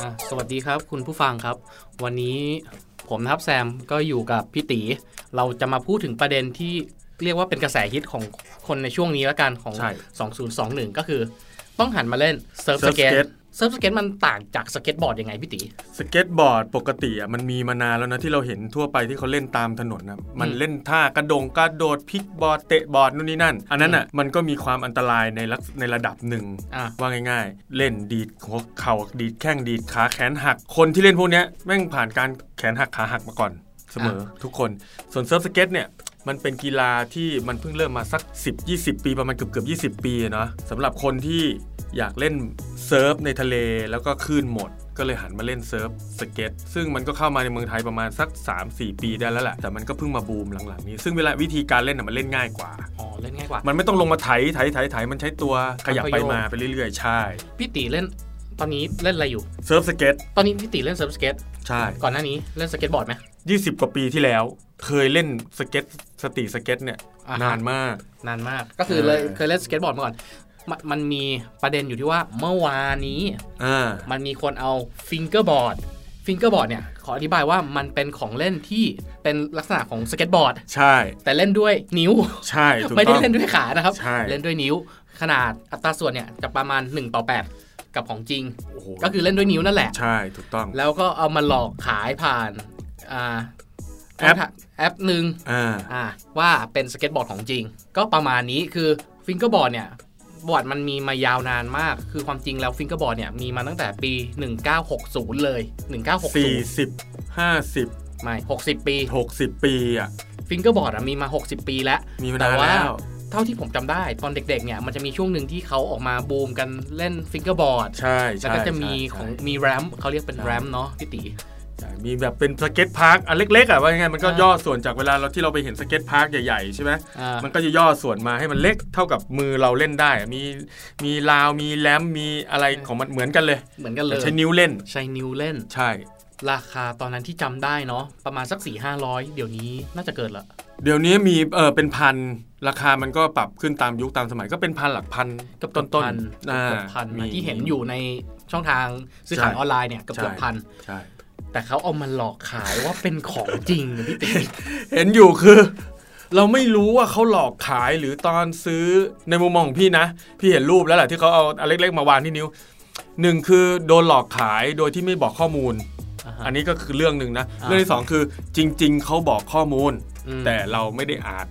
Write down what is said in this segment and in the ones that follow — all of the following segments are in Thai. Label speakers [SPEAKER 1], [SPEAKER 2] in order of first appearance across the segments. [SPEAKER 1] อ่ะสวัสดีครับคุณผู้ฟังครับ วันนี้ผมนะครับแซมก็อยู่กับพี่ตี เราจะมาพูดถึงประเด็นที่เรียกว่าเป็นกระแสฮิตของคนในช่วงนี้ละกันของ
[SPEAKER 2] ใช่
[SPEAKER 1] 2021 ก็คือ ต้องหันมาเล่นเซิร์ฟส
[SPEAKER 2] Surf
[SPEAKER 1] เก็ต
[SPEAKER 2] skate
[SPEAKER 1] เซิร์ฟสเก็ตมันต่างจากสเก็ตบอร์ดยังไงพี่ตี
[SPEAKER 2] สเก็ตบอร์ดปกติอ่ะมันมีมานานแล้วนะที่เราเห็นทั่วไปที่เขาเล่นตามถนนนะมัน
[SPEAKER 1] อืม
[SPEAKER 2] เล่นท่ากระดงกระโดดพลิกบอร์ดเตะบอร์ดนู่นนี่นั่น อันนั้นอ่ะมันก็มีความอันตรายในลักษในระดับหนึ่ง
[SPEAKER 1] อ่ะ
[SPEAKER 2] ว่าง่าย ๆ เล่นดีดหัวเข่าดีดแข้งดีดขาแขนหัก คนที่เล่นพวกเนี้ยแม่งผ่านการแขนหักขาหักมาก่อน เสมอทุกคนส่วนเซิร์ฟสเก็ตเนี่ยมันเป็นกีฬาที่มันเพิ่งเริ่มมาสัก 10 20 ปีประมาณเกือบเกือบ20 ปีอะเนาะสำหรับคนที่อยากเล่นเซิร์ฟในทะเลแล้วก็คลื่นหมด ก็เลยหันมาเล่นเซิร์ฟสเก็ตซึ่งมันก็เข้ามาในเมืองไทยประมาณสัก 3-4 ปีได้แล้วแหละแต่มันก็เพิ่งมาบูมหลังๆนี้ ซึ่งเวลาวิธีการเล่นน่ะมันเล่นง่ายกว่า
[SPEAKER 1] อ๋อ เล่นง่ายกว่า
[SPEAKER 2] มันไม่ต้องลงมาไถไถไถไถมันใช้ตัวขยับไปมาไปเรื่อยๆใช่
[SPEAKER 1] พี่ตีเล่นตอนนี้เล่นอะไรอยู่
[SPEAKER 2] เซิร์ฟสเก็ต
[SPEAKER 1] ตอนนี้พี่ตีเล่นเซิร์ฟสเก็ต
[SPEAKER 2] ใช่
[SPEAKER 1] ก่อนหน้านี้เล่นสเก็ตบอร์ดไหม
[SPEAKER 2] 20 กว่าปีที่แล้ว เคยเล่นสเก็ตสตรีทสเก็ตเนี่ย
[SPEAKER 1] อ่าฮะ
[SPEAKER 2] นานมาก
[SPEAKER 1] นานมาก ก็คือเลย
[SPEAKER 2] เออ
[SPEAKER 1] เคยเล่นสเก็ตบอร์ดมาก่อนมมันมีประเด็นอยู่ที่ว่าเมื่อวานนี้
[SPEAKER 2] อ่า
[SPEAKER 1] มันมีคนเอาฟิงเกอร์บอร์ดฟิงเกอร์บอร์ดเนี่ย ขออธิบายว่ามันเป็นของเล่นที่เป็นลักษณะของสเก็ตบอร์ด
[SPEAKER 2] ใช่
[SPEAKER 1] แต่เล่นด้วยนิ้ว
[SPEAKER 2] ใช่ถูก
[SPEAKER 1] ไม่
[SPEAKER 2] ต้
[SPEAKER 1] ได้
[SPEAKER 2] อง
[SPEAKER 1] เล่นด้วยขานะครับ
[SPEAKER 2] ใช่
[SPEAKER 1] เล่นด้วยนิ้ว ขนาดอัตราส่วนเนี่ย จะประมาณ 1 ต่อ 8 กับของจริง
[SPEAKER 2] โอ้โห
[SPEAKER 1] ก็คือเล่นด้วยนิ้วนั่นแหละ
[SPEAKER 2] ใช่ถูกต้อง
[SPEAKER 1] แล้วก็เอามาหลอกขายผ่านอ่า
[SPEAKER 2] แอป
[SPEAKER 1] แอปหนึ่ง
[SPEAKER 2] อ่า
[SPEAKER 1] อ่าว่าเป็นสเก็ตบอร์ดของจริง ก็ประมาณนี้คือฟิงเกอร์บอร์ดเนี่ยบอร์ดมันมีมายาวนานมาก คือความจริงแล้วฟิงเกอร์บอร์ดเนี่ยมีมาตั้งแต่ปี 1960 เลย 1960
[SPEAKER 2] 40 50
[SPEAKER 1] ไม่ 60 ปี
[SPEAKER 2] 60 ปีอ่ะ
[SPEAKER 1] ฟิงเกอร์บอร์ดมีมา 60 ปีแล้ว
[SPEAKER 2] มีมา
[SPEAKER 1] แต่
[SPEAKER 2] นาน
[SPEAKER 1] ว่า
[SPEAKER 2] แล้ว
[SPEAKER 1] เท่าที่ผมจำได้ตอนเด็กๆเนี่ยมันจะมีช่วงหนึ่งที่เขาออกมาบูมกันเล่นฟิงเกอร์บอร์ด
[SPEAKER 2] ใช่
[SPEAKER 1] แล้ว
[SPEAKER 2] ใช่
[SPEAKER 1] ก็จะมี
[SPEAKER 2] ใช่
[SPEAKER 1] ของ
[SPEAKER 2] ใช่
[SPEAKER 1] มีแรมเขาเรียกเป็น
[SPEAKER 2] ใช่
[SPEAKER 1] แรมเนาะพี่ตี
[SPEAKER 2] ใช่มีแบบเป็นสเก็ตพาร์คอันเล็กๆอ่ะว่ายังไงมันก็
[SPEAKER 1] อ่า
[SPEAKER 2] ย่อส่วนจากเวลาเราที่เราไปเห็นสเก็ตพาร์คใหญ่ๆใช่ไหม
[SPEAKER 1] อ่า
[SPEAKER 2] มันก็จะย่อส่วนมาให้มันเล็กเท่ากับมือเราเล่นได้อะมีมีราวมีแลมมีอะไรของมันเหมือนกันเลย
[SPEAKER 1] เหมือนกันเลย
[SPEAKER 2] ใช้นิ้วเล่น
[SPEAKER 1] ใช้นิ้วเล่น
[SPEAKER 2] ใช่
[SPEAKER 1] ราคาตอนนั้นที่จำได้เนาะประมาณสัก 4-500 เดี๋ยวนี้น่าจะเกินละ
[SPEAKER 2] เดี๋ยวนี้มีเออเป็นพันราคามันก็ปรับขึ้นตามยุคตามสมัยก็เป็นพันหลักพัน
[SPEAKER 1] เกับ
[SPEAKER 2] ต้นต้น
[SPEAKER 1] พัน
[SPEAKER 2] ๆ
[SPEAKER 1] เกื
[SPEAKER 2] อ่า
[SPEAKER 1] อบพันนะ
[SPEAKER 2] มี
[SPEAKER 1] ที่เห็นอยู่ในช่องทางซื้อขาย
[SPEAKER 2] ใช่
[SPEAKER 1] ออนไลน์เนี่ยเกับ
[SPEAKER 2] ใช่
[SPEAKER 1] เกือบพัน
[SPEAKER 2] ใช่
[SPEAKER 1] แต่เขาเอามาหลอกขายว่าเป็นของจริงพี่ติ๊ก
[SPEAKER 2] เห็นอยู่คือ เราไม่รู้ว่าเขาหลอกขายหรือตอนซื้อในมุมมองของพี่นะ พี่เห็นรูปแล้วแหละที่เขาเอาอันเล็กๆมาวางที่นิ้วหนึ่งคือโดนหลอกขายโดยที่ไม่บอกข้อมูล อันนี้ก็คือเรื่องหนึ่งนะ
[SPEAKER 1] อ่า
[SPEAKER 2] เรื่องที่สองคือจริง ๆเขาบอกข้อมูล
[SPEAKER 1] อืม
[SPEAKER 2] แต่เราไม่ได้อ่าน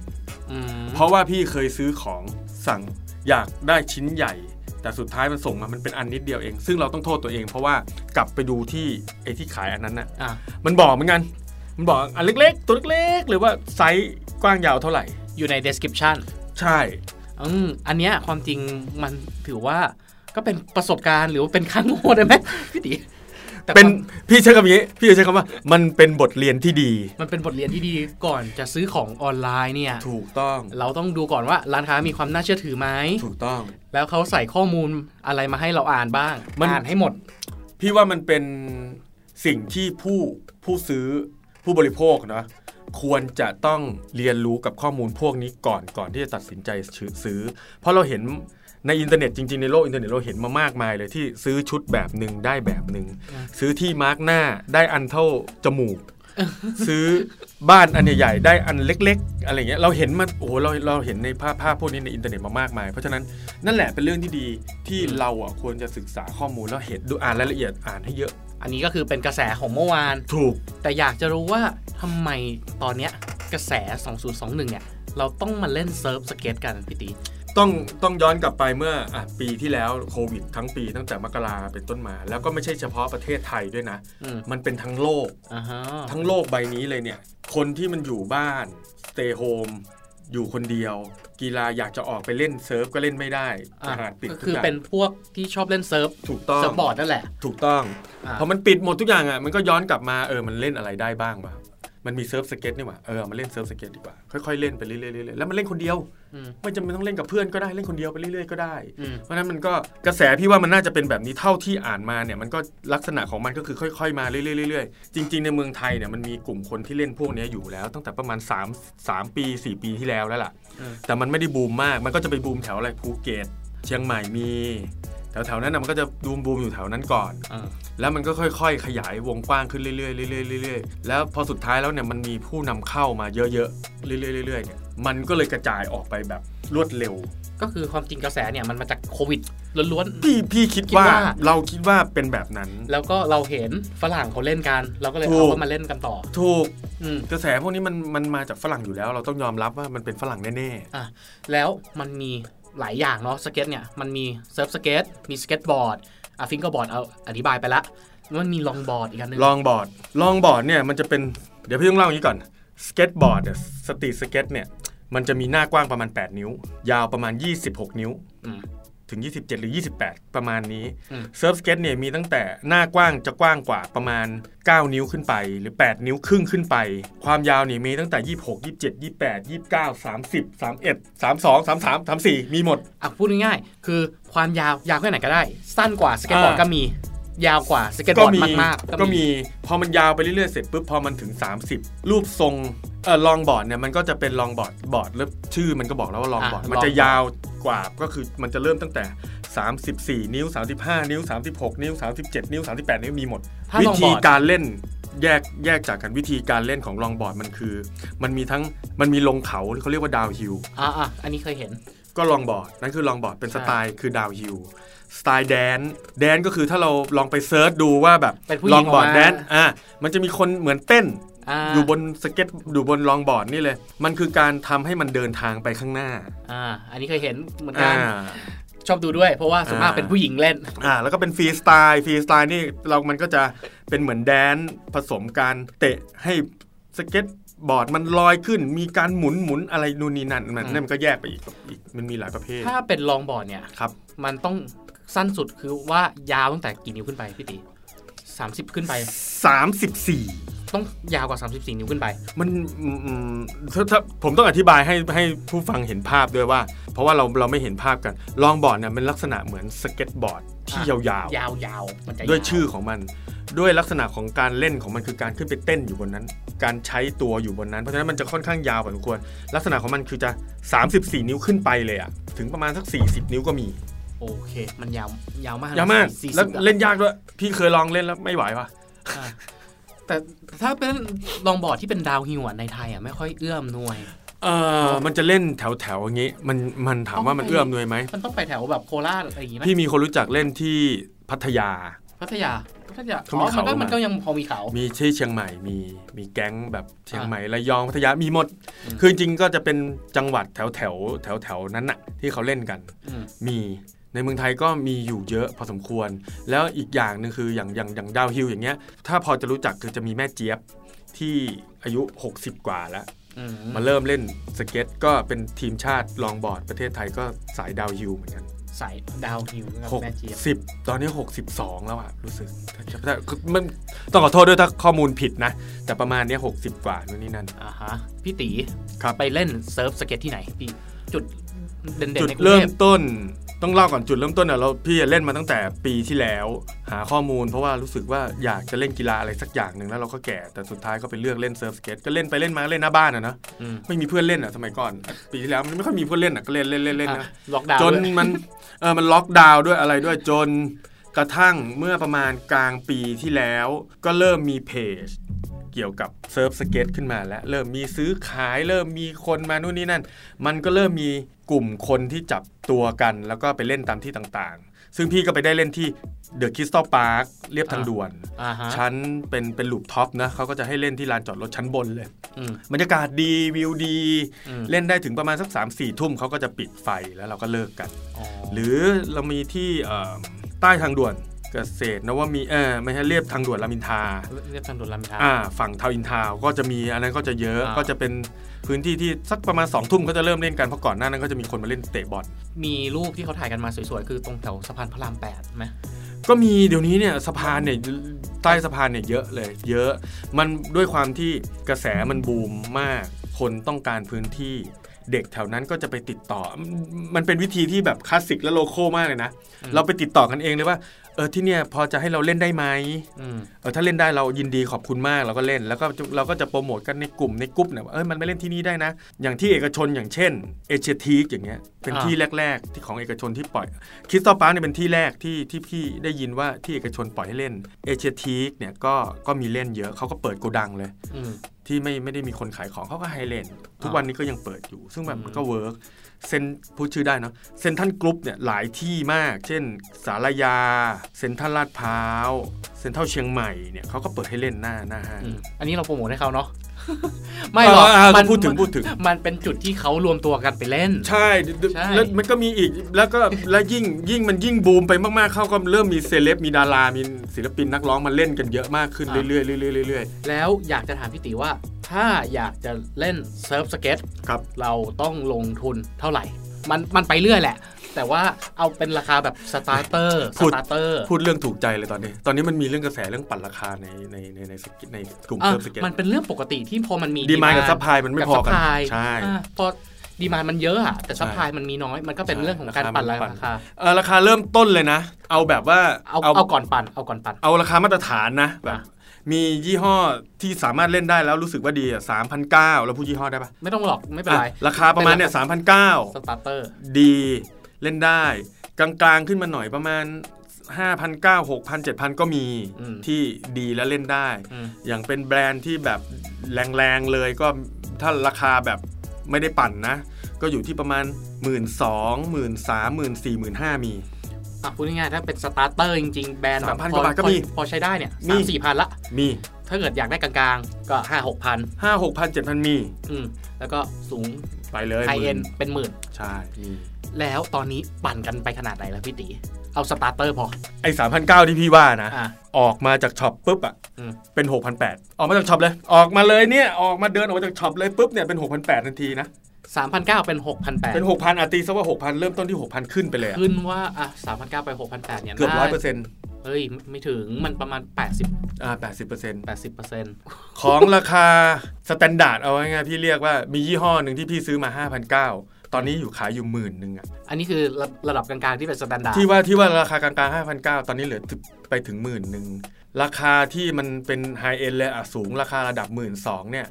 [SPEAKER 1] อืม
[SPEAKER 2] เพราะว่าพี่เคยซื้อของสั่งอยากได้ชิ้นใหญ่ แต่สุดท้ายมันส่งมามันเป็นอันนิดเดียวเอง ซึ่งเราต้องโทษตัวเอง เพราะว่ากลับไปดูที่ไอ้ที่ขายอันนั้นน่ะ
[SPEAKER 1] อ่ะ
[SPEAKER 2] มันบอกเหมือนกัน มันบอกอันเล็กๆ ตัวเล็กๆหรือว่าไซส์กว้างยาวเท่าไหร่
[SPEAKER 1] อยู่ใน description
[SPEAKER 2] ใช่
[SPEAKER 1] อืมอันเนี้ยความจริงมันถือว่าก็เป็นประสบการณ์หรือว่าเป็นข้างโง่ได้ไหม พี่ติ๊กแต่
[SPEAKER 2] เป็น
[SPEAKER 1] ความ
[SPEAKER 2] พี่ใช้คำนี้ พี่ใช้คำว่า มันเป็นบทเรียนที่ดี
[SPEAKER 1] มันเป็นบทเรียนที่ดีก่อนจะซื้อของออนไลน์เนี่ย
[SPEAKER 2] ถูกต้อง
[SPEAKER 1] เราต้องดูก่อนว่าร้านค้ามีความน่าเชื่อถือไหม
[SPEAKER 2] ถูกต้อง
[SPEAKER 1] แล้วเขาใส่ข้อมูลอะไรมาให้เราอ่านบ้าง
[SPEAKER 2] มัน
[SPEAKER 1] อ่านให้หมด
[SPEAKER 2] พี่ว่ามันเป็นสิ่งที่ผู้ผู้ซื้อผู้บริโภคนะควรจะต้องเรียนรู้กับข้อมูลพวกนี้ก่อนก่อนที่จะตัดสินใจซื้อ เพราะเราเห็นในอินเทอร์เน็ตจริงๆ ในโลกอินเทอร์เน็ตเราเห็นมามากมายเลยที่ซื้อชุดแบบหนึ่งได้แบบหนึ่ง
[SPEAKER 1] อ่ะ
[SPEAKER 2] ซื้อที่มาร์กหน้าได้อันเท่าจมูก ซื้อบ้านอันใหญ่ๆได้อันเล็ก ๆ อะไรเงี้ยเราเห็นมาโอ้โหเราเราเห็นในภาพภาพพวกนี้ในอินเทอร์เน็ตมามากมาย เพราะฉะนั้นนั่นแหละเป็นเรื่องที่ดีที่เราอ่ะควรจะศึกษาข้อมูลแล้วเห็นดูอ่านรายละเอียดอ่านให้เยอะ
[SPEAKER 1] อันนี้ก็คือเป็นกระแสของเมื่อวาน
[SPEAKER 2] ถูก
[SPEAKER 1] แต่อยากจะรู้ว่าทำไมตอนเนี้ยกระแส 2021 เนี่ย เราต้องมาเล่นเซิร์ฟสเก็ตกันพี่ตี
[SPEAKER 2] ต้องต้องย้อนกลับไปเมื่ออ่ะปีที่แล้วโควิดทั้งปีตั้งแต่มกราเป็นต้นมา แล้วก็ไม่ใช่เฉพาะประเทศไทยด้วยนะ
[SPEAKER 1] อืม
[SPEAKER 2] มันเป็นทั้งโลก
[SPEAKER 1] อ่าฮะ
[SPEAKER 2] ทั้งโลกใบนี้เลยเนี่ย คนที่มันอยู่บ้าน stay home อยู่คนเดียว กีฬาอยากจะออกไปเล่นเซิร์ฟก็เล่นไม่ได้
[SPEAKER 1] อ่ะ
[SPEAKER 2] หาดปิด
[SPEAKER 1] ก็
[SPEAKER 2] ทุ
[SPEAKER 1] คือก
[SPEAKER 2] ย่าง
[SPEAKER 1] เป็นพวกที่ชอบเล่นเซิร์ฟ
[SPEAKER 2] ถูกต้อง
[SPEAKER 1] เซิร์ฟบอร์ดนั่นแหละ
[SPEAKER 2] ถูกต้อง
[SPEAKER 1] อ่ะ
[SPEAKER 2] พอมันปิดหมดทุกอย่างอ่ะมันก็ย้อนกลับมาเออมันเล่นอะไรได้บ้างวะมันมีเซิร์ฟสเก็ตนี่หว่าเออมาเล่นเซิร์ฟสเก็ตดีกว่าค่อยๆเล่นไปเรื่อยๆเรื่อยๆแล้วมันเล่นคนเดียว
[SPEAKER 1] อืม
[SPEAKER 2] ไม่จำเป็นต้องเล่นกับเพื่อนก็ได้เล่นคนเดียวไปเรื่อยๆก็ได้
[SPEAKER 1] อืม
[SPEAKER 2] เพราะฉะนั้นมันก็กระแสพี่ว่ามันน่าจะเป็นแบบนี้เท่าที่อ่านมาเนี่ยมันก็ลักษณะของมันก็คือค่อยๆมาเรื่อยๆๆจริง ๆ ในเมืองไทยเนี่ยมันมีกลุ่มคนที่เล่นพวกเนี้ยอยู่แล้วตั้งแต่ประมาณ3 3ปี 4 ปีที่แล้วแล้วล่ะ แต่มันไม่ได้บูมมากมันก็จะไปบูมแถวอะไรภูเก็ตเชียงใหม่มี แถวๆนั้นนะมันก็จะบูมบูมอยู่แถวนั้นก่อน
[SPEAKER 1] อ่า
[SPEAKER 2] แล้วมันก็ค่อยๆ ขยายวงกว้างขึ้นเรื่อยๆเรื่อยๆเรื่อยๆแล้วพอสุดท้ายแล้วเนี่ยมันมีผู้นำเข้ามาเยอะๆเรื่อยๆเรื่อยๆเนี่ยมันก็เลยกระจายออกไปแบบรวดเร็ว
[SPEAKER 1] ก็คือความจริงกระแสเนี่ยมันมาจากโควิดล้วน
[SPEAKER 2] พี่พี่คิด
[SPEAKER 1] คิด
[SPEAKER 2] ว่า
[SPEAKER 1] ว่า
[SPEAKER 2] เราคิดว่าเป็นแบบนั้น
[SPEAKER 1] ๆ แล้วก็เราเห็นฝรั่งเขาเล่นกัน เราก็เลย
[SPEAKER 2] ถูก
[SPEAKER 1] เอาเขามาเล่นกันต่อ
[SPEAKER 2] ถูก
[SPEAKER 1] อืม
[SPEAKER 2] กระแสพวกนี้มันมันมาจากฝรั่งอยู่แล้ว เราต้องยอมรับว่ามันเป็นฝรั่งแน่
[SPEAKER 1] อ่ะแล้วมันมีหลายอย่างเนาะสเก็ตเนี่ยมันมีเซิร์ฟสเก็ตมีสเก็ตบอร์ดอ่ะฟิงเกอร์บอร์ดเอาอธิบายไปละแล้วมันมีลองบอร์ดอีกอันหนึง
[SPEAKER 2] ๆลองบอร์ดลองบอร์ดเนี่ยมันจะเป็นเดี๋ยวพี่ต้องเล่าอย่างนี้ก่อนสเก็ตบอร์ดเนี่ยสตรีทสเก็ตเนี่ยมันจะมีหน้ากว้างประมาณ 8 นิ้ว ยาวประมาณ 26 นิ้ว
[SPEAKER 1] อืม
[SPEAKER 2] ถึง 27 หรือ 28 ประมาณนี้
[SPEAKER 1] อืม
[SPEAKER 2] เซิร์ฟสเก็ตเนี่ยมีตั้งแต่หน้ากว้างจะกว้างกว่าประมาณ 9 นิ้วขึ้นไป หรือ 8 นิ้วครึ่งขึ้นไป ความยาวเนี่ยมีตั้งแต่ 26 27 28 29 30 31 32 33 34 มีหมด
[SPEAKER 1] อ่ะพูดง่ายๆ คือความยาวยาวแค่ไหนก็ได้ สั้นกว่าสเก็ตบอร์ด
[SPEAKER 2] อ่า
[SPEAKER 1] ก็มี ยาวกว่าสเก็ตบอร์ดมากๆ
[SPEAKER 2] ก็มี พอมันยาวไปเรื่อยๆ เสร็จปุ๊บ พอมันถึง 30 รูปทรงเออลองบอร์ดเนี่ยมันก็จะเป็นลองบอร์ดบอร์ดแล้วชื่อมันก็บอกแล้วว่าลองบอร์ดมันจะยาวกว่าก็คือมันจะเริ่มตั้งแต่ 34 นิ้ว 35 นิ้ว 36 นิ้ว 37 นิ้ว 38 นิ้วมีหมด
[SPEAKER 1] ถ้า
[SPEAKER 2] วิ
[SPEAKER 1] ลองบ
[SPEAKER 2] ธี
[SPEAKER 1] อร์ด
[SPEAKER 2] การเล่นแยกแยกจากกันวิธีการเล่นของลองบอร์ดมันคือ มันมีทั้งมันมีลงเขาเขาเรียกว่าดาวฮิล
[SPEAKER 1] อ่ะอ่ะอันนี้เคยเห็น
[SPEAKER 2] ก็ลองบอร์ดนั่นคือลองบอร์ดเป็น
[SPEAKER 1] ใช่
[SPEAKER 2] สไตล์คือดาวฮิลสไตล์แดนแดนก็คือถ้าเราลองไปเซิร์ชดูว่าแบบ
[SPEAKER 1] เป็นผู้หญิ
[SPEAKER 2] ล
[SPEAKER 1] ง
[SPEAKER 2] องบอร์ด
[SPEAKER 1] ออกมา
[SPEAKER 2] แดนอ่ะมันจะมีคนเหมือนเต้น
[SPEAKER 1] อ่า
[SPEAKER 2] อยู่บนสเก็ตอยู่บนลองบอร์ดนี่เลย มันคือการทำให้มันเดินทางไปข้างหน้า
[SPEAKER 1] อ่า อันนี้เคยเห็นเหมือนกั
[SPEAKER 2] อ่า
[SPEAKER 1] น ชอบดูด้วย เพราะว่าส่วนมาก
[SPEAKER 2] อ่า
[SPEAKER 1] เป็นผู้หญิงเล่น
[SPEAKER 2] อ่าแล้วก็เป็นฟรีสไตล์ฟรีสไตล์นี่เรามันก็จะเป็นเหมือนแดนซ์ผสมการเตะให้สเก็ตบอร์ดมันลอยขึ้น มีการหมุนหมุนอะไรนู่นนี่นั่นมัน
[SPEAKER 1] อืม
[SPEAKER 2] นั่นมันก็แยกไปอีกอีกมันมีหลายประเภท
[SPEAKER 1] ถ้าเป็นลองบอร์ดเนี่ย
[SPEAKER 2] ครับ
[SPEAKER 1] มันต้องสั้นสุดคือว่ายาวตั้งแต่กี่นิ้วขึ้นไปพี่ตีสามสิบขึ้นไป
[SPEAKER 2] 34
[SPEAKER 1] ต้องยาวกว่า 34 นิ้วขึ้นไป
[SPEAKER 2] มันอืมอืมถ้าถ้าผมต้องอธิบายให้ให้ผู้ฟังเห็นภาพด้วยว่า เพราะว่าเราเราไม่เห็นภาพกันลองบอร์ดเนี่ยมันลักษณะเหมือนสเก็ตบอร์ดที่ยาวๆ
[SPEAKER 1] ยาวยาวๆมันจะ
[SPEAKER 2] ด้วย
[SPEAKER 1] า
[SPEAKER 2] ชื่อของมันด้วยลักษณะของการเล่นของมันคือการขึ้นไปเต้นอยู่บนนั้น การใช้ตัวอยู่บนนั้นเพราะฉะนั้นมันจะค่อนข้างยาวพอสมควร ลักษณะของมันคือจะ 34 นิ้วขึ้นไปเลยอะถึงประมาณสัก 40 นิ้วก็มี
[SPEAKER 1] โอเค มันยาวยาวมากนะ
[SPEAKER 2] ยาวมาก
[SPEAKER 1] 40
[SPEAKER 2] แล้ว
[SPEAKER 1] อะ
[SPEAKER 2] เล่นยากด้วย พี่เคยลองเล่นแล้วไม่ไหวปะ
[SPEAKER 1] อ่าแต่ถ้าเป็นลองบอร์ดที่เป็นดาวฮิวอะในไทยอ่ะไม่ค่อยเอื้อมหน่วย
[SPEAKER 2] เออมันจะเล่นแถวแถวๆอย่างงี้มันมันถามว่ามันเอื้อมหน่วยไหม
[SPEAKER 1] มันต้องไปแถวแบบโคราชอะไรอย่างงี้ไหม
[SPEAKER 2] พี่มีคนรู้จักเล่นที่พัทยา
[SPEAKER 1] พัทยาพัทยา
[SPEAKER 2] เขา
[SPEAKER 1] อ๋
[SPEAKER 2] มี
[SPEAKER 1] อมั
[SPEAKER 2] เขา
[SPEAKER 1] นก็
[SPEAKER 2] มามั
[SPEAKER 1] มันก็ยังพอมีเขา
[SPEAKER 2] มีที่เชียงใหม่มีมีแก๊งแบบเชียง
[SPEAKER 1] อ่า
[SPEAKER 2] ใหม่ระยองพัทยามีหมด
[SPEAKER 1] อืม
[SPEAKER 2] คือจริงๆก็จะเป็นจังหวัดแถวแถวแถวแถวๆนั้นน่ะที่เขาเล่นกัน
[SPEAKER 1] อืม
[SPEAKER 2] มีในเมืองไทยก็มีอยู่เยอะพอสมควร แล้วอีกอย่างหนึ่งคืออย่างอย่างอย่างดาวฮิลอย่างเงี้ย ถ้าพอจะรู้จักคือจะมีแม่เจี๊ยบที่อายุ 60 กว่าแล้ว
[SPEAKER 1] อืม
[SPEAKER 2] มาเริ่มเล่นสเก็ตก็เป็นทีมชาติลองบอร์ดประเทศไทยก็สายดาวฮิลเหมือนกัน
[SPEAKER 1] สายดาวฮิวนะครับแม่เจี๊ยบ
[SPEAKER 2] 60 ตอนนี้ 62 แล้วอะรู้สึกถ้าถ้าคือมันต้องขอโทษด้วยถ้าข้อมูลผิดนะ แต่ประมาณเนี้ย60 กว่านู่นนี่นั่น
[SPEAKER 1] อ่าฮะพี่ตี
[SPEAKER 2] ครับ
[SPEAKER 1] ไปเล่นเซิร์ฟสเก็ตที่ไหนพี่จุดเด่นๆ
[SPEAKER 2] จุด
[SPEAKER 1] ในกรุง
[SPEAKER 2] เริ่
[SPEAKER 1] เท
[SPEAKER 2] ม
[SPEAKER 1] พ
[SPEAKER 2] ต้นต้องเล่าก่อนจุดเริ่มต้นเนี่ยเราพี่เล่นมาตั้งแต่ปีที่แล้ว หาข้อมูลเพราะว่ารู้สึกว่าอยากจะเล่นกีฬาอะไรสักอย่างหนึ่งแล้วเราก็แก่แต่สุดท้ายก็ไปเลือกเล่นเซิร์ฟสเก็ตก็เล่นไปเล่นมาเล่นหน้าบ้านอะนะ
[SPEAKER 1] อืม
[SPEAKER 2] ไม่มีเพื่อนเล่นอะสมัยก่อน ปีที่แล้วมันไม่ค่อยมีเพื่อนเล่นอะก็เล่นเล่นเล่นเล่น
[SPEAKER 1] อ่ะ
[SPEAKER 2] นะ
[SPEAKER 1] ล็อกดาวน์
[SPEAKER 2] จน
[SPEAKER 1] ด้วย
[SPEAKER 2] มันเออมันล็อกดาวน์ด้วยอะไรด้วยจนกระทั่งเมื่อประมาณกลางปีที่แล้ว ก็เริ่มมีเพจ เกี่ยวกับเซิร์ฟสเก็ตขึ้นมาแล้วเริ่มมีซื้อขายเริ่มมีคนมานู่นนี่นั่น มันก็เริ่มมีกลุ่มคนที่จับตัวกัน แล้วก็ไปเล่นตามที่ต่างๆ ซึ่งพี่ก็ไปได้เล่นที่เดอะคริสตัลพาร์คเรียบทางด่วน
[SPEAKER 1] อ่าฮะ
[SPEAKER 2] ชั้นเป็นเป็นลูปท็อปนะเขาก็จะให้เล่นที่ลานจอดรถชั้นบนเลย
[SPEAKER 1] อืม
[SPEAKER 2] บรรยากาศดีวิวดี
[SPEAKER 1] อืม
[SPEAKER 2] เล่นได้ถึงประมาณสัก 3 4 ทุ่มเขาก็จะปิดไฟแล้วเราก็เลิกกัน
[SPEAKER 1] อ๋อ
[SPEAKER 2] หรือเรามีที่เอิ่มใต้ทางด่วนเกษตรนะว่ามีเออไม่ใช่เรียบทางด่วนรามอินทรา
[SPEAKER 1] เรียบทางด่วนรามอินทรา
[SPEAKER 2] อ่าฝั่งทาวน์อินทาวน์ก็จะมีอันนั้นก็จะเยอะ
[SPEAKER 1] อ่า
[SPEAKER 2] ก็จะเป็นพื้นที่ที่สักประมาณ2องทุ่มก็จะเริ่มเล่นกันเพราะก่อนหน้านั้นก็จะมีคนมาเล่นเตะบอล
[SPEAKER 1] มีรูปที่เขาถ่ายกันมาสวยๆ คือตรงแถวสะพานพระรามแปดไหม
[SPEAKER 2] ก็มีเดี๋ยวนี้เนี่ยสะพานเนี่ยใต้สะพานเนี่ยเยอะเลย เยอะมันด้วยความที่กระแสมันบูมมาก คนต้องการพื้นที่ เด็กแถวนั้นก็จะไปติดต่อ มันมันเป็นวิธีที่แบบคลาสสิกและโลโก้มากเลยนะ เราไปติดต่อกันเองเลยว่า เออที่เนี่ยพอจะให้เราเล่นได้ไหม
[SPEAKER 1] อืม
[SPEAKER 2] เออถ้าเล่นได้เรายินดีขอบคุณมากเราก็เล่น แล้วก็เราก็จะโปรโมทกันในกลุ่มในกลุ่มเนี่ยว่าเออมันไม่เล่นที่นี่ได้นะ อย่างที่เอกชนอย่างเช่นเอเชียทีกอย่างเงี้ยเป็นที่แรก ๆ ที่ของเอกชนที่ปล่อยคิสตัลปาร์เนี่ยเป็นที่แรกที่ที่พี่ได้ยินว่าที่เอกชนปล่อยให้เล่นเอเชียทีกเนี่ยก็ก็มีเล่นเยอะเขาก็เปิดโกดังเลย
[SPEAKER 1] อืม
[SPEAKER 2] ที่ไม่ไม่ได้มีคนขายของเขาก็ไฮเลนทุกวันนี้ก็ยังเปิดอยู่ ซึ่งแบบ
[SPEAKER 1] อืม
[SPEAKER 2] มันก็เวิร์กเซนพูดชื่อได้เนาะเซนทันกรุ๊ปเนี่ยหลายที่มาก เช่น สารยา เซนทันลาดพร้าวเซนทันเชียงใหม่เนี่ยเขาก็เปิดให้เล่นหน้าหน้าห้าง
[SPEAKER 1] อืมอันนี้เราโปรโมทให้เขาเนาะ ไม่หรอก
[SPEAKER 2] เาเา
[SPEAKER 1] มั
[SPEAKER 2] พูดถึงพูดถึง
[SPEAKER 1] มันเป็นจุดที่เขารวมตัวกันไปเล่น
[SPEAKER 2] ใช่
[SPEAKER 1] ใช่
[SPEAKER 2] แล้วมันก็มีอีกแล้วก็แล้วยิ่งยิ่งมันยิ่งบูมไปมากๆเข้าก็เริ่มมีเซเลบมีดารา มีศิลปินนักร้องมาเล่นกันเยอะมากขึ้นเรื่อยๆเรื่อยๆเรื่อย
[SPEAKER 1] แล้วอยากจะถามพี่ติว่า ถ้าอยากจะเล่นเซิร์ฟสเก็ต
[SPEAKER 2] ๆครับ
[SPEAKER 1] เราต้องลงทุนเท่าไหร่ มันมันไปเรื่อยแหละ แต่ว่าเอาเป็นราคาแบบสตาร์เตอร์ส
[SPEAKER 2] พูด
[SPEAKER 1] ตาร์เตอร์
[SPEAKER 2] พูดเรื่องถูกใจเลยตอนนี้ ตอนนี้มันมีเรื่องกระแสเรื่องปั่นราคาในในในในสเกิในกลุ่มเซิร์ฟสเก็ต
[SPEAKER 1] มันเป็นเรื่องปกติที่พอมันมี
[SPEAKER 2] ดีมานกับซัพพลายมันไม่พอกัน
[SPEAKER 1] ใช่
[SPEAKER 2] ใช่
[SPEAKER 1] พอดีมานมันเยอะอะแต่ซัพพลายมันมีน้อยมันก็เป็น
[SPEAKER 2] ใช่
[SPEAKER 1] เรื่องของการ
[SPEAKER 2] ราคา
[SPEAKER 1] ปั่น
[SPEAKER 2] มันปั่น
[SPEAKER 1] ราคา
[SPEAKER 2] เออราคาเริ่มต้นเลยนะ เอาแบบว่า
[SPEAKER 1] เอาเอาก่อนปั่นเอาก่อนปั่น
[SPEAKER 2] เอาราคามาตรฐานนะแบบ
[SPEAKER 1] อ่ะ
[SPEAKER 2] มียี่ห้อที่สามารถเล่นได้แล้วรู้สึกว่าดีอ่ะสามพันเก้าเราพูดยี่ห้อได้ปะ
[SPEAKER 1] ไม่ต้องหรอกไม่เป็นไร
[SPEAKER 2] อ่ะราคาประมาณเนี่ยสามพันเก้า
[SPEAKER 1] สตาร์เตอร์
[SPEAKER 2] ดีเล่นได้ กลางๆขึ้นมาหน่อยประมาณ 5 9 0 0 6,000 7,000 ก็มี
[SPEAKER 1] อืม
[SPEAKER 2] ที่ดีและเล่นได้
[SPEAKER 1] อืม
[SPEAKER 2] อย่างเป็นแบรนด์ที่แบบแรงๆเลยก็ถ้าราคาแบบไม่ได้ปั่นนะ ก็อยู่ที่ประมาณ 1 2 0 0 0 1 3 0 0 0 4 5 0 0 0 มี
[SPEAKER 1] อ่ะพูดง่ายๆถ้าเป็นสตาร์เตอร์จริงๆ แบรนด์แบบ
[SPEAKER 2] 3,000
[SPEAKER 1] พ
[SPEAKER 2] ก
[SPEAKER 1] อ
[SPEAKER 2] ว่าบาทก็มี
[SPEAKER 1] พอพอใช้ได้เนี่ย
[SPEAKER 2] มี
[SPEAKER 1] สามสี่พันละ
[SPEAKER 2] มี
[SPEAKER 1] ถ้าเกิดอยากได้กลางๆ ก็ห้าหกพัน
[SPEAKER 2] 5 6 0 0 7 0 0 มี
[SPEAKER 1] อืมแล้วก็สูง
[SPEAKER 2] ไปเลย
[SPEAKER 1] ไฮ
[SPEAKER 2] ห
[SPEAKER 1] เอ็
[SPEAKER 2] มื่
[SPEAKER 1] นเป็นหมื่น
[SPEAKER 2] ใช่มี
[SPEAKER 1] แล้วตอนนี้ปั่นกันไปขนาดไหนแล้วพี่ตี เอาสตาร์เตอร์พอ
[SPEAKER 2] ไอ้3,900 ที่พี่ว่านะ
[SPEAKER 1] อ่ะ
[SPEAKER 2] ออกมาจากช็อปปุ๊บอ่ะ
[SPEAKER 1] อืม
[SPEAKER 2] เป็น 6,800 ออกมาจากช็อปเลย ออกมาเลยเนี่ยออกมาเดินออกมาจากช็อปเลยปุ๊บเนี่ยเป็น 6,800ทันทีนะ
[SPEAKER 1] สามพันเก้าเป็นหกพันแปด
[SPEAKER 2] เป็น 6,000อาตีซะว่า 6,000 เริ่มต้นที่ 6,000 ขึ้นไปเลยอะ
[SPEAKER 1] ขึ้นว่าอ่ะสามพันเก้าไปหกพันแปดเนี่ย
[SPEAKER 2] เกือบ
[SPEAKER 1] น่า
[SPEAKER 2] ร้อยเปอร์เซ็นต์
[SPEAKER 1] เฮ้ย ไม่ถึงมันประมาณแปดสิบ
[SPEAKER 2] อ่าแปดสิบเปอร์เซ็นต์
[SPEAKER 1] แปดสิบเปอร์เซ็นต์
[SPEAKER 2] ของราคาสแตนดาร์ดเอาไว้ไงพี่เรียกว่ามียี่ห้อหนึ่งที่พี่ซื้อมา 5,900 ตอนนี้อยู่ขายอยู่หมื่นหนึ่งอะ
[SPEAKER 1] อันนี้คือระระดับกลางๆที่เป็นสแตนดาร์ด
[SPEAKER 2] ที่ว่าที่ว่าราคากลางๆ5,900 ตอนนี้เหลือไปถึงหมื่นหนึ่งราคาที่มันเป็นไฮเอ็นเลยอะสูงราคาระดับหมื่นสองเนี่ย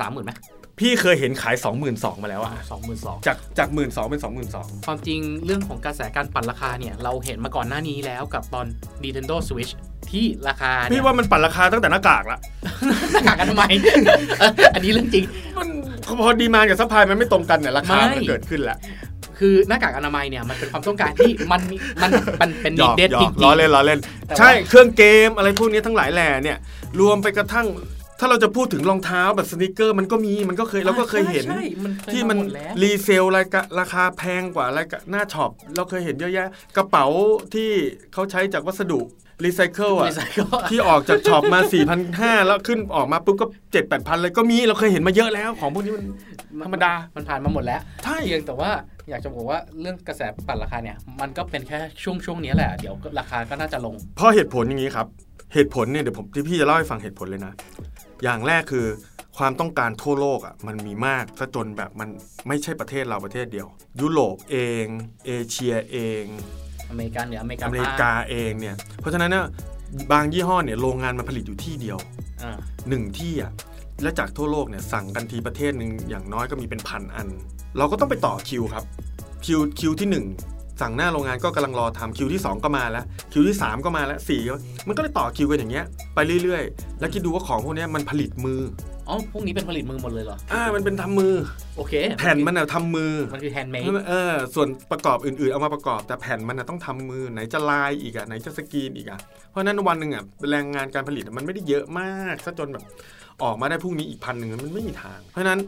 [SPEAKER 1] สามหมื่นไหม
[SPEAKER 2] พี่เคยเห็นขาย 22,000มาแล้วอะ
[SPEAKER 1] สองหมื่นสอง
[SPEAKER 2] จากจากหมื่นสองเป็นสองหมื่นสอง
[SPEAKER 1] ความจริงเรื่องของกระแสการปั่นราคาเนี่ย เราเห็นมาก่อนหน้านี้แล้วกับตอน Nintendo Switch ที่ราคาเนี่
[SPEAKER 2] พี่
[SPEAKER 1] ย
[SPEAKER 2] ว่ามันปั่นราคาตั้งแต่หน้ากากละ
[SPEAKER 1] หน้ากากอนา มัย เอออันนี้เรื่องจริง
[SPEAKER 2] มันพอดีมานกับซัพพลายมันไม่ตรงกันเนี่ยราคา
[SPEAKER 1] ไม่
[SPEAKER 2] มันเกิดขึ้นแหละ
[SPEAKER 1] คือหน้ากากอนามัยเนี่ย มันเป็นความต้องการที่มันมีมันมันเป็น
[SPEAKER 2] หย
[SPEAKER 1] นิ
[SPEAKER 2] อก
[SPEAKER 1] เดตจ
[SPEAKER 2] หยอ
[SPEAKER 1] ริ
[SPEAKER 2] ก
[SPEAKER 1] ง
[SPEAKER 2] ล้อ
[SPEAKER 1] ๆ
[SPEAKER 2] เล่นล้อเล่น
[SPEAKER 1] แต่ว่า
[SPEAKER 2] ใช่เครื่องเกมอะไรพวกนี้ทั้งหลายแหล่เนี่ย รวมไปกระทั่ง ถ้าเราจะพูดถึงรองเท้าแบบสนิเกอร์มันก็มีมันก็เคยเราก็เคยเห็น
[SPEAKER 1] ใช่ใช่มันเคย
[SPEAKER 2] ที่มัน
[SPEAKER 1] มาหดแล้ว
[SPEAKER 2] รีเซลรายการราคาแพงกว่ารายการหน้าช็อปเราเคยเห็นเยอะแยะ กระเป๋าที่เขาใช้จากวัสดุรีไซเคิลอะ
[SPEAKER 1] ไม่ใช่ก็
[SPEAKER 2] ที่ออกจากช็อปมา 4,500 แล้วขึ้นออกมาปุ๊บก็ 7 8 0 0เลยก็มีเราเคยเห็นมาเยอะแล้วของพวกนี้มันธรรมดา
[SPEAKER 1] มันผ่านมาหมดแล้ว
[SPEAKER 2] ใช่
[SPEAKER 1] เพียงแต่ว่าอยากจะบอกว่าเรื่องกระแสปั่นราคาเนี่ย มันก็เป็นแค่ช่วงช่วงๆนี้แหละ เดี๋ยวก็ราคาก็น่าจะลง
[SPEAKER 2] เพราะเหตุผลอย่างนี้ครับ เหตุผลเนี่ยเดี๋ยวผมที่พี่จะเล่าให้ฟังเหตุผลเลยนะ อย่างแรกคือความต้องการทั่วโลกอ่ะมันมีมากซะจนแบบมันไม่ใช่ประเทศเราประเทศเดียว ยุโรปเอง เอเชียเอง
[SPEAKER 1] อเมริกันหรืออเมริกัน
[SPEAKER 2] อเมริกาเองเนี่ย เพราะฉะนั้นเนี่ยบางยี่ห้อเนี่ยโรงงานมันผลิตอยู่ที่เดียว
[SPEAKER 1] อ่า
[SPEAKER 2] หนึ่งที่อ่ะและจากทั่วโลกเนี่ยสั่งกันทีประเทศหนึ่งอย่างน้อยก็มีเป็นพันอัน เราก็ต้องไปต่อคิวครับคิวคิวที่หนึ่งสั่งหน้าโรงงานก็กำลังรอทำคิวที่สองก็มาแล้วคิวที่สามก็มาแล้วสี่ก็มันก็เลยต่อคิวกันอย่างเงี้ยไปเรื่อยๆ แล้วคิดดูว่าของพวกเนี้ยมันผลิตมือ
[SPEAKER 1] อ๋อพวกนี้เป็นผลิตมือหมดเลยเหรอ
[SPEAKER 2] อ่ามันเป็นทำมือ
[SPEAKER 1] โอเค
[SPEAKER 2] แผ่นมันอะทำมือ
[SPEAKER 1] มันคือแฮนด์เมด
[SPEAKER 2] เออส่วนประกอบอื่นๆ เอามาประกอบแต่แผ่นมันนะต้องทำมือไหนจะลายอีกอะไหนจะสกรีนอีกอะเพราะฉะนั้นวันหนึ่งอะแรงงานการผลิตอะมันไม่ได้เยอะมากซะจนแบบออกมาได้พรุ่งนี้อีกพันหนึ่งมันไม่มีทาง เพราะฉะนั้น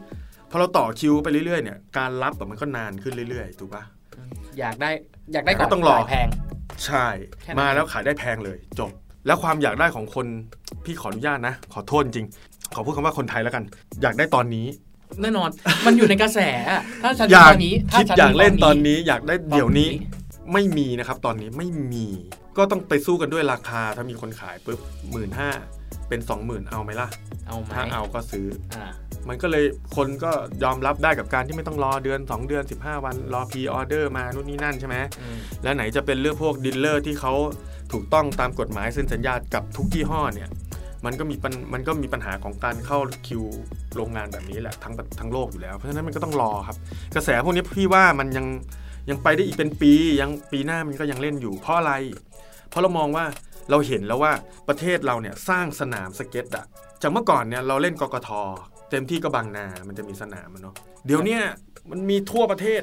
[SPEAKER 2] พอเราต่อคิวไปเรื่อยๆเนี่ยการรับอะมันก็นานขึ้นเรื่อยๆถูกปะ
[SPEAKER 1] อยากได้อยากได้ก่อน
[SPEAKER 2] ก็ต้องรอ
[SPEAKER 1] แพง
[SPEAKER 2] ใช่
[SPEAKER 1] แค่นั้น
[SPEAKER 2] มาแล้วขายได้แพงเลยจบ แล้วความอยากได้ของคนพี่ขออนุญาตนะ ขอโทษจริง ขอพูดคำว่าคนไทยแล้วกัน อยากได้ตอนนี้
[SPEAKER 1] แน่นอน มันอยู่ในกระแสอะถ้าฉัน
[SPEAKER 2] อยา
[SPEAKER 1] ต
[SPEAKER 2] ก
[SPEAKER 1] อนนี้ถ้า
[SPEAKER 2] คิด
[SPEAKER 1] ฉั
[SPEAKER 2] อยากเล่นตอนนี้อยากได้เดี๋ยวนี้ ไม่มีนะครับตอนนี้ไม่มี ก็ต้องไปสู้กันด้วยราคาถ้ามีคนขายปุ๊บหมื่นห้าเป็นสองหมื่นเอาไหมล่ะ
[SPEAKER 1] เอาไหม
[SPEAKER 2] ถ้าเอาก็ซื้อ
[SPEAKER 1] อ่า
[SPEAKER 2] มันก็เลยคนก็ยอมรับได้กับการที่ไม่ต้องรอเดือน 2 เดือน 15 วันรอพีออเดอร์มานู่นนี่นั่นใช่ไหม
[SPEAKER 1] อืม
[SPEAKER 2] แล้วไหนจะเป็นเรื่องพวกดีลเลอร์ที่เขาถูกต้องตามกฎหมายเซ็นสัญญากับทุกยี่ห้อเนี่ยมันก็มีปัญมันก็มีปัญหาของการเข้าคิวโรงงานแบบนี้แหละทั้งทั้งโลกอยู่แล้วเพราะฉะนั้นมันก็ต้องรอครับ กระแสพวกนี้พี่ว่ามันยังยังไปได้อีกเป็นปียังปีหน้ามันก็ยังเล่นอยู่ เพราะอะไร เพราะเรามองว่าเราเห็นแล้วว่าประเทศเราเนี่ยสร้างสนามสเก็ตอะจากเมื่อก่อนเนี่ยเราเล่นกกทเต็มที่ก็บางนา มันจะมีสนามมันเนาะเดี๋ยวเนี้มันมีทั่วประเทศ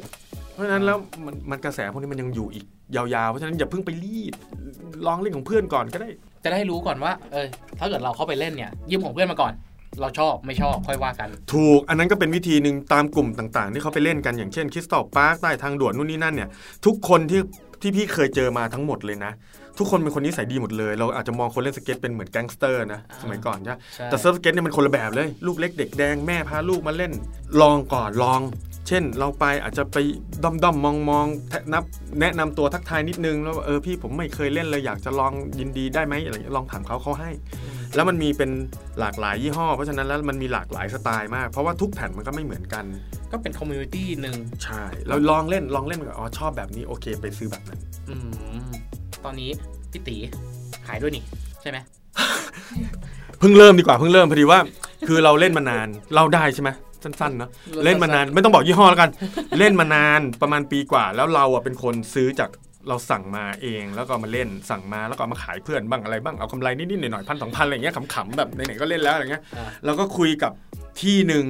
[SPEAKER 2] เพราะฉะนั้นแล้วมันมันกระแสพวกนี้มันยังอยู่อีกยาวๆ เพราะฉะนั้นอย่าเพิ่งไปรีบลองเล่นของเพื่อนก่อนก็ได้
[SPEAKER 1] จะได้รู้ก่อนว่า เออถ้าเกิดเราเข้าไปเล่นเนี่ยยืมของเพื่อนมาก่อน เราชอบไม่ชอบค่อยว่ากัน
[SPEAKER 2] ถูกอันนั้นก็เป็นวิธีหนึ่งตามกลุ่มต่างๆ ที่เขาไปเล่นกันอย่างเช่นคริสตัลพาร์คใต้ทางด่วนนู่นนี่นั่นเนี่ยทุกคนที่ที่พี่เคยเจอมาทั้งหมดเลยนะ ทุกคนเป็นคนนิสัยดีหมดเลย เราอาจจะมองคนเล่นสเก็ตเป็นเหมือนแก๊งสเตอร์นะ
[SPEAKER 1] อ่า
[SPEAKER 2] สมัยก่อนใช่ปะ
[SPEAKER 1] ใช่
[SPEAKER 2] แต่เซิร์ฟสเก็ตเนี่ยมันคนละแบบเลย ลูกเล็กเด็กแดงแม่พาลูกมาเล่น ลองก่อนลอง เช่น เราไปอาจจะไปด้อมด้อมมองมองๆแทะนับแนะนำตัวทักทายนิดนึงแล้วเออพี่ผมไม่เคยเล่นเลยอยากจะลองยินดีได้ไหมอะไรอย่างเงี้ยลองถามเขาเขาให้ แล้วมันมีเป็นหลากหลายยี่ห้อ เพราะฉะนั้นแล้วมันมีหลากหลายสไตล์มาก เพราะว่าทุกแผ่นมันก็ไม่เหมือนกัน
[SPEAKER 1] ก็เป็นคอมมูนิตี้หนึ่ง
[SPEAKER 2] ใช่เราลองเล่นลองเล่นมันก็อ๋อชอบแบบนี้โอเคไปซื้อแบบนั้น
[SPEAKER 1] อืมตอนนี้พี่ตีขายด้วยนี่ใช่ไหม
[SPEAKER 2] เพิ่งเริ่มดีกว่าเพิ่งเริ่มพอดีว่า คือเราเล่นมานานเราได้ใช่ไหมสั้นๆเนาะเล่นมานานไม่ต้องบอกยี่ห้อแล้วกัน เล่นมานานประมาณปีกว่า แล้วเราอ่ะเป็นคนซื้อจากเราสั่งมาเองแล้วก็เอามาเล่นสั่งมาแล้วก็เอามาขายเพื่อนบ้างอะไรบ้างเอากำไรนิดๆหน่อยๆพันสองพันอะไรอย่างเงี้ยขำๆแบบไหนๆก็เล่นแล้วอะไรเงี้ย
[SPEAKER 1] อ่า
[SPEAKER 2] เราก็คุยกับที่หนึ่ง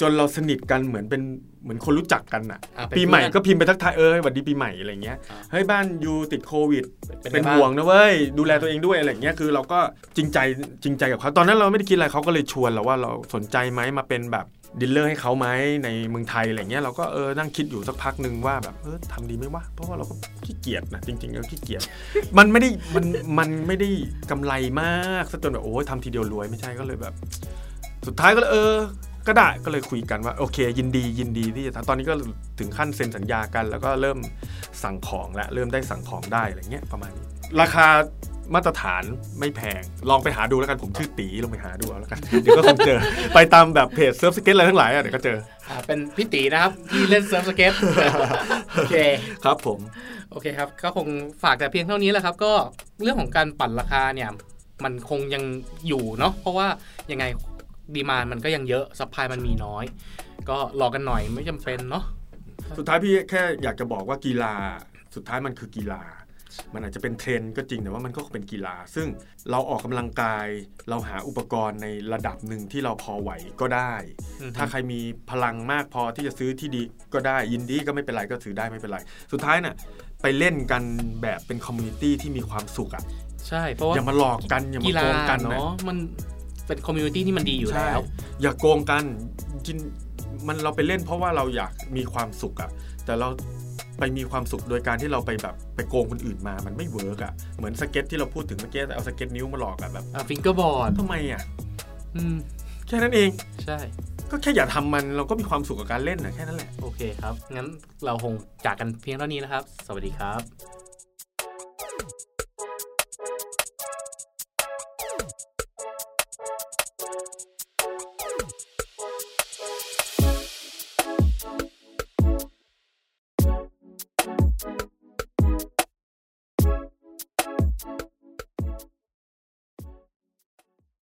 [SPEAKER 2] จนเราสนิทกันเหมือนเป็นเหมือนคนรู้จักกันอ่ะ
[SPEAKER 1] อ่าเน
[SPEAKER 2] ปีใหม่
[SPEAKER 1] เพื่อน
[SPEAKER 2] ก็พิมพ์ไปทักทายเออสวัสดีปีใหม่อะไรเงี้ย
[SPEAKER 1] อ่า
[SPEAKER 2] เฮ้ยบ้านยูติดโควิด
[SPEAKER 1] เป็นไง
[SPEAKER 2] เป็น
[SPEAKER 1] บ้า
[SPEAKER 2] ห่วงนะเว้ยดูแลตัวเองด้วยอะไรเงี้ยคือเราก็จริงใจจริงใจกับเขาตอนนั้นเราไม่ได้คิดอะไรเขาก็เลยชวนเราว่าเราสนใจไหมมาเป็นแบบดีลเลอร์ให้เขาไหมในเมืองไทยอะไรเงี้ยเราก็เออนั่งคิดอยู่สักพักหนึ่งว่าแบบเออทำดีไหมวะเพราะว่าเราก็ขี้เกียจนะจริงๆเราขี้เกียจ มันไม่ได้มันมันไม่ได้กำไรมากซะจนแบบโอ้ยทำทีเดียวรวยไม่ใช่ก็เลยแบบ สุดท้ายก็เลยเออ ก็ได้ก็เลยคุยกันว่าโอเค ยินดียินดีที่จะทำตอนนี้ก็ถึงขั้นเซ็นสัญญากัน แล้วก็เริ่มสั่งของและเริ่มได้สั่งของได้อะไรเงี้ยประมาณนี้ ราคามาตรฐานไม่แพง ลองไปหาดูแล้วกันผมชื่อตีลองไปหาดูเอาแล้วกัน เดี๋ยวก็คงเจอ ไปตามแบบเพจเซิร์ฟสเก็ตอะไรทั้งหลายอะเดี๋ยวก็เจอ
[SPEAKER 1] อ่าเป็นพี่ตีนะครับที่เล่นเซิร์ฟสเก็ตโอเค
[SPEAKER 2] ครับผม
[SPEAKER 1] โอเคครับ ก็คงฝากแต่เพียงเท่านี้แหละครับ ก็เรื่องของการปั่นราคาเนี่ย มันคงยังอยู่เนาะเพราะว่ายังไงดีมานมันก็ยังเยอะซัพพลายมันมีน้อย ก็รอกันหน่อยไม่จำเป็นเนาะ
[SPEAKER 2] สุดท้ายพี่แค่อยากจะบอกว่ากีฬา สุดท้ายมันคือกีฬา มันอาจจะเป็นเทรนด์ก็จริงแต่ว่ามันก็เป็นกีฬา ซึ่งเราออกกำลังกาย เราหาอุปกรณ์ในระดับหนึ่งที่เราพอไหวก็ได้
[SPEAKER 1] อืม
[SPEAKER 2] ถ้าใครมีพลังมากพอที่จะซื้อที่ดีก็ได้ยินดีก็ไม่เป็นไรก็ซื้อได้ไม่เป็นไร สุดท้ายน่ะไปเล่นกันแบบเป็นคอมมูนิตี้ที่มีความสุขอ่ะ
[SPEAKER 1] ใช่เพราะว่า
[SPEAKER 2] อย่ามาหลอกกันอย่ามา
[SPEAKER 1] กีฬา
[SPEAKER 2] โกงกันนะ
[SPEAKER 1] เนาะมันเป็นคอมมูนิตี้ที่มันดีอยู่
[SPEAKER 2] ใช่
[SPEAKER 1] แล้ว
[SPEAKER 2] อย่าโกงกันจริงมันเราไปเล่นเพราะว่าเราอยากมีความสุขอ่ะแต่เราไปมีความสุขโดยการที่เราไปแบบไปโกงคนอื่นมามันไม่เวิร์กอ่ะเหมือนสเก็ตที่เราพูดถึงเมื่อกี้เอาสเก็ตนิ้วมาหลอกอ่ะแบบ
[SPEAKER 1] ฟิงเกอร์บอร์ด
[SPEAKER 2] ทำไมอ่ะแค่นั้นเอง
[SPEAKER 1] ใช่
[SPEAKER 2] ก็แค่อย่าทำมันเราก็มีความสุขกับการเล่นนะแค่นั้นแหละ
[SPEAKER 1] โอเคครับ งั้นเราคงจากกันเพียงเท่านี้นะครับ สวัสดีครับ